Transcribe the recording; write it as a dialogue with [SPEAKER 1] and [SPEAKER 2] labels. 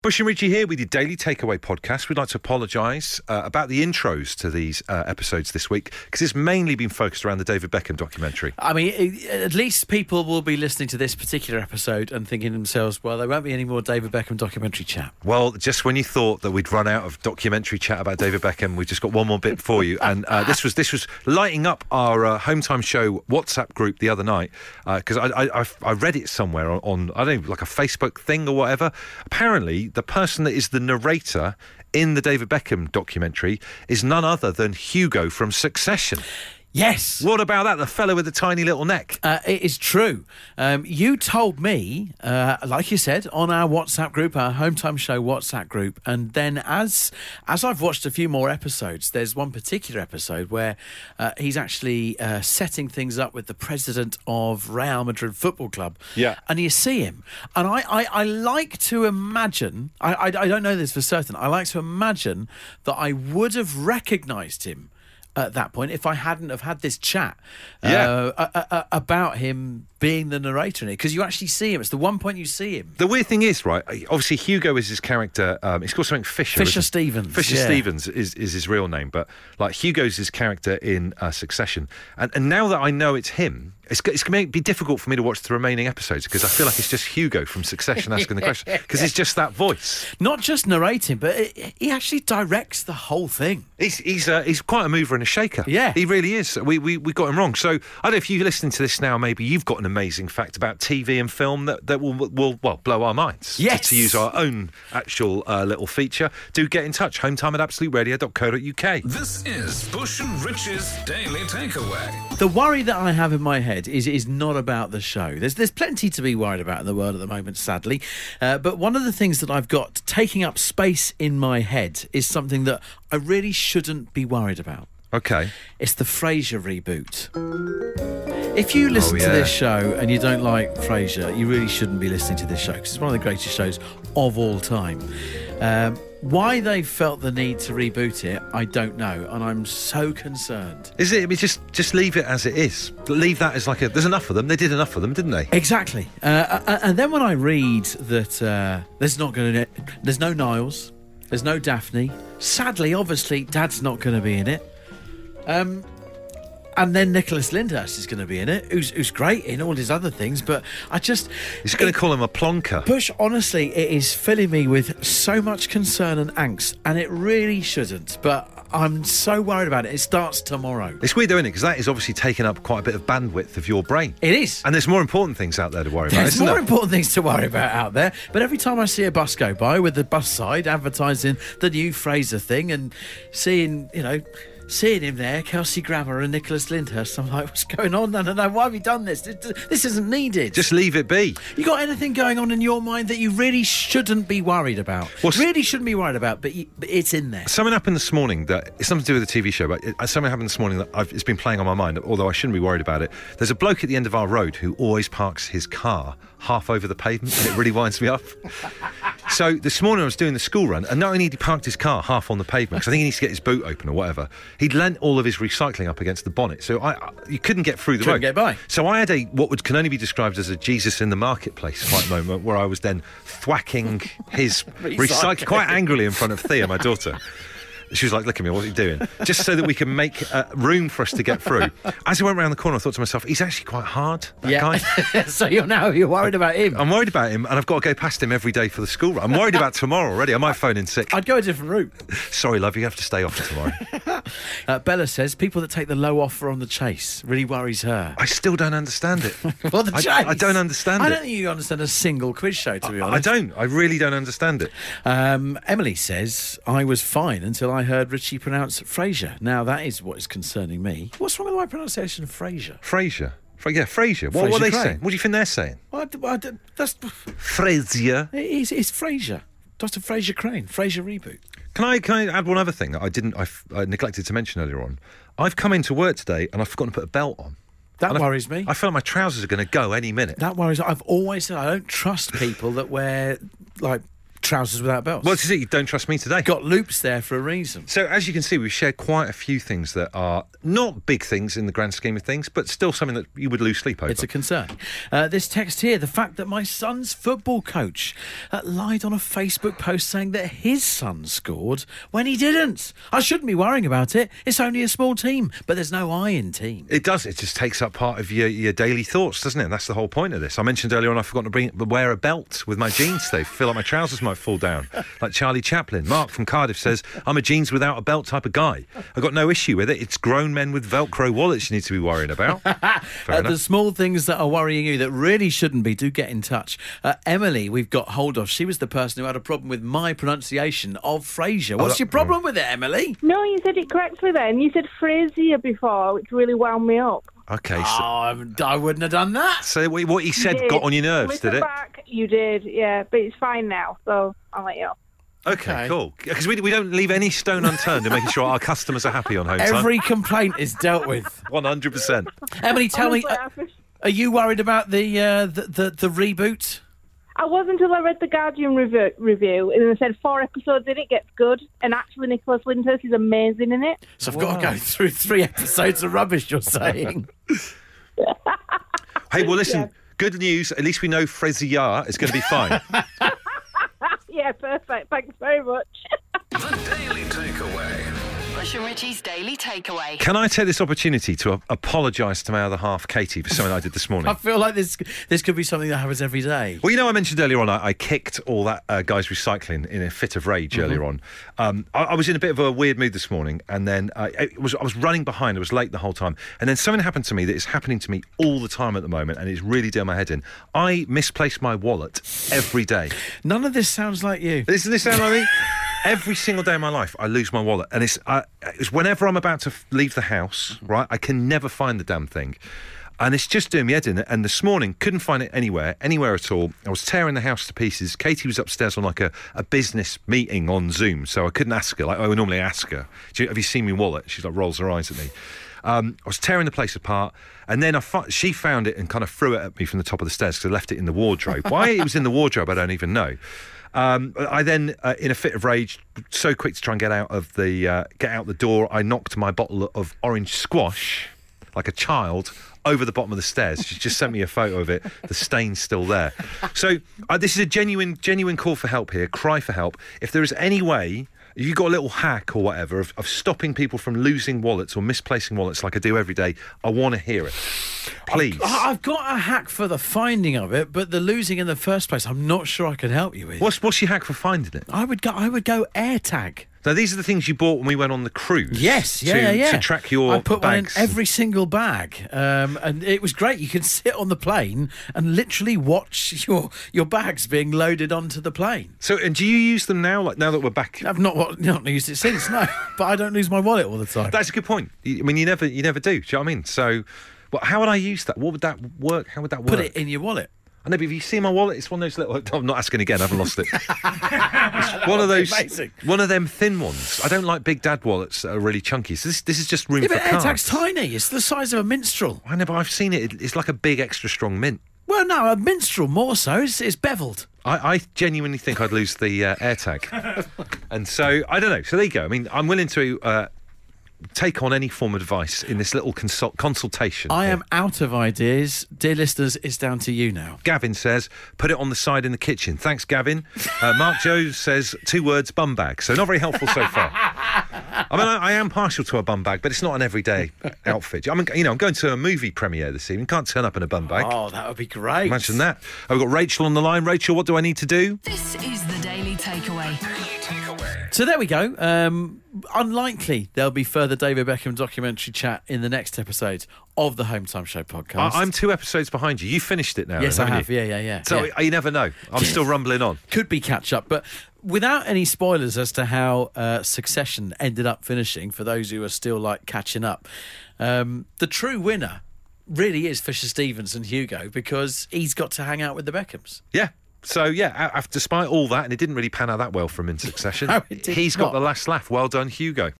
[SPEAKER 1] Bush and Richie here with your daily takeaway podcast. We'd like to apologise uh, about the intros to these uh, episodes this week because it's mainly been focused around the David Beckham documentary.
[SPEAKER 2] I mean, it- at least people will be listening to this particular episode and thinking to themselves, well, there won't be any more David Beckham documentary chat.
[SPEAKER 1] Well, just when you thought that we'd run out of documentary chat about David Beckham, we just got one more bit for you. And uh, this was this was lighting up our uh, home time show WhatsApp group the other night because I, I, I I read it somewhere on, on I don't know like a Facebook thing or whatever. Apparently, the person that is the narrator in the David Beckham documentary is none other than Hugo from Succession.
[SPEAKER 2] Yes.
[SPEAKER 1] What about that? The fellow with the tiny little neck.
[SPEAKER 2] Uh, it is true. Um, you told me, uh, like you said, on our WhatsApp group, our Hometime Show WhatsApp group, and then as as I've watched a few more episodes, there's one particular episode where uh, he's actually uh, setting things up with the president of Real Madrid Football Club.
[SPEAKER 1] Yeah.
[SPEAKER 2] and you see him, and I I, I like to imagine, I, I I don't know this for certain. I like to imagine that I would have recognised him. At that point, if I hadn't have had this chat,
[SPEAKER 1] Yeah.
[SPEAKER 2] uh, uh, uh, uh, about him being the narrator in it because you actually see him. It's the one point you see him.
[SPEAKER 1] The weird thing is, right? Obviously, Hugo is his character. Um, it's called something Fisher. isn't
[SPEAKER 2] Fisher
[SPEAKER 1] it?
[SPEAKER 2] Stevens,
[SPEAKER 1] Fisher
[SPEAKER 2] yeah.
[SPEAKER 1] Stevens is, is his real name, but like Hugo's his character in uh, Succession. And and now that I know it's him, it's go- it's going to be difficult for me to watch the remaining episodes because I feel like it's just Hugo from Succession asking the question because it's just that voice.
[SPEAKER 2] Not just narrating, but it, he actually directs the whole thing.
[SPEAKER 1] He's he's uh, he's quite a mover and a shaker.
[SPEAKER 2] Yeah.
[SPEAKER 1] he really is. We, we we got him wrong. So I don't know if you're listening to this now. Maybe you've got an amazing fact about TV and film that, that will will well blow our minds. to-
[SPEAKER 2] Yes.
[SPEAKER 1] To, use our own actual uh, little feature, do get in touch. Hometime at absoluteradio.co.uk.
[SPEAKER 3] This is Bush and Rich's Daily Takeaway.
[SPEAKER 2] The worry that I have in my head is is not about the show. There's there's plenty to be worried about in the world at the moment, sadly. Uh, but one of the things that I've got taking up space in my head is something that I really shouldn't be worried about.
[SPEAKER 1] Okay.
[SPEAKER 2] It's the Frasier reboot. If you listen
[SPEAKER 1] yeah.
[SPEAKER 2] to this show and you don't like Frasier, you really shouldn't be listening to this show because it's one of the greatest shows of all time. Um, why they felt the need to reboot it, I don't know, and I'm so concerned.
[SPEAKER 1] Is it? I mean, just just leave it as it is. Leave that as like a. There's enough of them. They did enough of them, didn't they?
[SPEAKER 2] Exactly. Uh, uh, and then when I read that uh, there's not going to there's no Niles, there's no Daphne. Sadly, obviously, Dad's not going to be in it. Um, and then Nicholas Lyndhurst is going to be in it, who's who's great in all his other things. But I just
[SPEAKER 1] He's going to call him a plonker.
[SPEAKER 2] Bush, honestly, it is filling me with so much concern and angst, and it really shouldn't. But I'm so worried about it. It starts tomorrow.
[SPEAKER 1] It's weird, though, isn't it? Because that is obviously taking up quite a bit of bandwidth of your brain.
[SPEAKER 2] It is.
[SPEAKER 1] And there's more important things out there to worry about.
[SPEAKER 2] There's
[SPEAKER 1] isn't
[SPEAKER 2] more
[SPEAKER 1] there?
[SPEAKER 2] important things to worry about out there. But every time I see a bus go by with the bus side advertising the new Fraser thing and seeing, you know, seeing him there, Kelsey Grammer and Nicholas Lyndhurst, I'm like, what's going on? No, no, no. Why have you done this? This this isn't needed.
[SPEAKER 1] Just leave it be.
[SPEAKER 2] you got anything going on in your mind that you really shouldn't be worried about?
[SPEAKER 1] What's-
[SPEAKER 2] really shouldn't be worried about, but, you, but it's in there.
[SPEAKER 1] Something happened this morning that it's something to do with the TV show, but it, uh, something happened this morning that I've, it's been playing on my mind. Although I shouldn't be worried about it. There's a bloke at the end of our road who always parks his car half over the pavement, and it really winds me up. So this morning I was doing the school run, and not only had he parked his car half on the pavement, because I think he needs to get his boot open or whatever, he'd lent all of his recycling up against the bonnet, so I, I you couldn't get through the
[SPEAKER 2] Couldn't
[SPEAKER 1] road.
[SPEAKER 2] get by.
[SPEAKER 1] So I had a what would can only be described as a Jesus in the marketplace type moment, where I was then thwacking his recycling quite angrily in front of Thea, my daughter. She was like, look at me, what's he doing? Just so that we can make uh, room for us to get through. As I went round the corner, I thought to myself, he's actually quite hard, that guy.
[SPEAKER 2] so you're now you're worried about him.
[SPEAKER 1] I'm worried about him, and I've got to go past him every day for the school run. I'm worried about tomorrow already. I might phone in sick.
[SPEAKER 2] I'd go a different route.
[SPEAKER 1] Sorry, love, you have to stay off tomorrow.
[SPEAKER 2] Uh, Bella says people that take the low offer on the chase really worries her.
[SPEAKER 1] I still don't understand it.
[SPEAKER 2] Well, the
[SPEAKER 1] I-
[SPEAKER 2] chase.
[SPEAKER 1] I don't understand
[SPEAKER 2] I
[SPEAKER 1] it.
[SPEAKER 2] don't think you understand a single quiz show, to be
[SPEAKER 1] I
[SPEAKER 2] honest.
[SPEAKER 1] don't. I really don't understand it.
[SPEAKER 2] Um, Emily says I was fine until I heard Richie pronounce Frasier. Now that is what is concerning me. What's wrong with my pronunciation of Frasier?
[SPEAKER 1] Frasier. Fra- yeah, Frasier. What, what
[SPEAKER 2] Frasier
[SPEAKER 1] are they
[SPEAKER 2] Crane.
[SPEAKER 1] saying? What do you think they're saying?
[SPEAKER 2] Well, I d- I d- that's
[SPEAKER 1] Frasier.
[SPEAKER 2] it's, it's Frasier. Doctor Frasier Crane. Frasier reboot.
[SPEAKER 1] Can I, can I add one other thing that I didn't, I, f- I neglected to mention earlier on? I've come into work today and I've forgotten to put a belt on.
[SPEAKER 2] That
[SPEAKER 1] And I-
[SPEAKER 2] worries me.
[SPEAKER 1] I feel like my trousers are going to go any minute.
[SPEAKER 2] that worries. I've always said I don't trust people that wear like trousers without belts.
[SPEAKER 1] Well, this is it. You don't trust me today.
[SPEAKER 2] got loops there for a reason.
[SPEAKER 1] So, as you can see, we've shared quite a few things that are not big things in the grand scheme of things, but still something that you would lose sleep over.
[SPEAKER 2] It's a concern. Uh, this text here the fact that my son's football coach uh, lied on a Facebook post saying that his son scored when he didn't. I shouldn't be worrying about it. It's only a small team, but there's no I in team.
[SPEAKER 1] It does. It just takes up part of your, your daily thoughts, doesn't it? And that's the whole point of this. I mentioned earlier on, I forgot to bring wear a belt with my jeans. They feel like my trousers might fall down, like Charlie Chaplin. Mark from Cardiff says, "I'm a jeans without a belt type of guy. I've got no issue with it. It's grown men with Velcro wallets you need to be worrying about." Fair
[SPEAKER 2] Uh,
[SPEAKER 1] enough.
[SPEAKER 2] the small things that are worrying you that really shouldn't be, do get in touch. Uh, Emily, we've got hold of. She was the person who had a problem with my pronunciation of Frasier. What's
[SPEAKER 1] Oh, that-
[SPEAKER 2] your problem with it, Emily?
[SPEAKER 4] No, you said it correctly then. You said Frasier before, which really wound me up.
[SPEAKER 1] Okay.
[SPEAKER 2] Oh,
[SPEAKER 1] So,
[SPEAKER 2] I'm- I wouldn't have done that.
[SPEAKER 1] so what what he said
[SPEAKER 4] Did.
[SPEAKER 1] got on your nerves,
[SPEAKER 4] Listen
[SPEAKER 1] did it?
[SPEAKER 4] Back, you did, yeah, but it's fine now, so I'll let you off.
[SPEAKER 1] Okay,
[SPEAKER 2] Okay.
[SPEAKER 1] cool. Because we, we don't leave any stone unturned in making sure our customers are happy on home
[SPEAKER 2] Every complaint is dealt with.
[SPEAKER 1] time. One hundred percent.
[SPEAKER 2] Emily, tell me,
[SPEAKER 4] Honestly,
[SPEAKER 2] uh,
[SPEAKER 4] I feel-
[SPEAKER 2] are you worried about the uh, the, the the reboot?
[SPEAKER 4] I was until I read the Guardian revu- review, and they said four episodes in it gets good, and actually Nicholas Lyndhurst is amazing in it.
[SPEAKER 2] So I've got to go through three episodes of rubbish. You're saying?
[SPEAKER 1] Hey, well, listen. Good news. At least we know Fresier is going to be fine.
[SPEAKER 4] Yeah, perfect. Thanks very much.
[SPEAKER 3] The Daily Takeaway.
[SPEAKER 5] Bush and Richie's Daily Takeaway.
[SPEAKER 1] Can I take this opportunity to a- apologise to my other half, Katie, for something I did this
[SPEAKER 2] I
[SPEAKER 1] morning?
[SPEAKER 2] feel like this this could be something that happens every day.
[SPEAKER 1] Well, you know, I mentioned earlier on I, I kicked all that uh, guys recycling in a fit of rage earlier on. Um, I, I was in a bit of a weird mood this morning, and then uh, it was I was running behind. I was late the whole time, and then something happened to me that is happening to me all the time at the moment, and it's really doing my head in. I misplace my wallet every day.
[SPEAKER 2] None of this sounds like you.
[SPEAKER 1] Isn't this sound like me? Every single day of my life, I lose my wallet, and it's, I, it's whenever I'm about to f- leave the house, right? I can never find the damn thing, and it's just doing me head in. And this morning, couldn't find it anywhere, anywhere at all. I was tearing the house to pieces. Katie was upstairs on like a, a business meeting on Zoom, so I couldn't ask her. Like I would normally ask her, Do you, "Have you seen my wallet?" She like rolls her eyes at me. Um, I was tearing the place apart, and then I fi- she found it and kind of threw it at me from the top of the stairs because I left it in the wardrobe. Why it was in the wardrobe, I don't even know. Um, I then, uh, in a fit of rage, so quick to try and get out of the uh, get out the door, I knocked my bottle of orange squash like a child over the bottom of the stairs. She just sent me a photo of it. The stain's still there. So uh, this is a genuine, genuine call for help here. Cry for help. If there is any way. If you've got a little hack or whatever of, of stopping people from losing wallets or misplacing wallets like I do every day, I want to hear it. Please.
[SPEAKER 2] I- I've got a hack for the finding of it, but the losing in the first place, I'm not sure I can help you with.
[SPEAKER 1] What's, what's your hack for finding it?
[SPEAKER 2] I would go. I would go AirTag.
[SPEAKER 1] Now, these are the things you bought when we went on the cruise.
[SPEAKER 2] Yes,
[SPEAKER 1] to-
[SPEAKER 2] yeah, yeah.
[SPEAKER 1] To track your
[SPEAKER 2] I put
[SPEAKER 1] bags.
[SPEAKER 2] one in every single bag, um, and it was great. You can sit on the plane and literally watch your your bags being loaded onto the plane.
[SPEAKER 1] so, and do you use them now? Like now that we're back,
[SPEAKER 2] I've not wa- not used it since, no. but I don't lose my wallet all the time.
[SPEAKER 1] that's a good point. You- I mean, you never, you never do. Do you know what I mean? So, well, how would I use that? What would that work? How would that work?
[SPEAKER 2] Put it in your wallet.
[SPEAKER 1] I know, but if you see my wallet, it's one of those little. I'm not asking again. I haven't lost it. It's one of
[SPEAKER 2] would be
[SPEAKER 1] those,
[SPEAKER 2] amazing.
[SPEAKER 1] one of them thin ones. I don't like big dad wallets that are really chunky. So this, this is just room
[SPEAKER 2] Yeah,
[SPEAKER 1] for
[SPEAKER 2] but AirTag's
[SPEAKER 1] cards.
[SPEAKER 2] tiny. It's the size of a minstrel.
[SPEAKER 1] I know, but I've seen it. It's like a big, extra strong mint.
[SPEAKER 2] Well, no, a minstrel more so. It's, it's beveled.
[SPEAKER 1] I, I genuinely think I'd lose the uh, AirTag. and so, I don't know. So there you go. I mean, I'm willing to uh, take on any form of advice in this little consult- consultation.
[SPEAKER 2] I
[SPEAKER 1] here.
[SPEAKER 2] am out of ideas. Dear listeners, it's down to you now.
[SPEAKER 1] Gavin says, put it on the side in the kitchen. Thanks, Gavin. Uh, Mark Jones says, two words, bum bag. So not very helpful so far. I mean, I, I am partial to a bum bag, but it's not an everyday outfit. I mean, you know, I'm going to a movie premiere this evening. Can't turn up in a bum bag.
[SPEAKER 2] Oh, that would be great.
[SPEAKER 1] Imagine that. Oh, we've got Rachel on the line. Rachel, what do I need to do?
[SPEAKER 5] This is the Daily Takeaway.
[SPEAKER 3] Daily Takeaway.
[SPEAKER 2] So there we go. Um, unlikely there'll be further David Beckham documentary chat in the next episode of the Home Time Show podcast.
[SPEAKER 1] I, am two episodes behind you. You finished it now.
[SPEAKER 2] yes, I
[SPEAKER 1] then, haven't
[SPEAKER 2] have.
[SPEAKER 1] you?
[SPEAKER 2] Yeah, yeah, yeah.
[SPEAKER 1] So
[SPEAKER 2] yeah.
[SPEAKER 1] I you never know. I'm still rumbling on.
[SPEAKER 2] could be catch up, but without any spoilers as to how uh, Succession ended up finishing for those who are still like catching up. Um, the true winner really is Fisher Stevens and Hugo because he's got to hang out with the Beckhams.
[SPEAKER 1] Yeah. So yeah, a- af- despite all that, and it didn't really pan out that well for him in succession.
[SPEAKER 2] No, it did
[SPEAKER 1] he's got
[SPEAKER 2] not.
[SPEAKER 1] the last laugh. Well done, Hugo.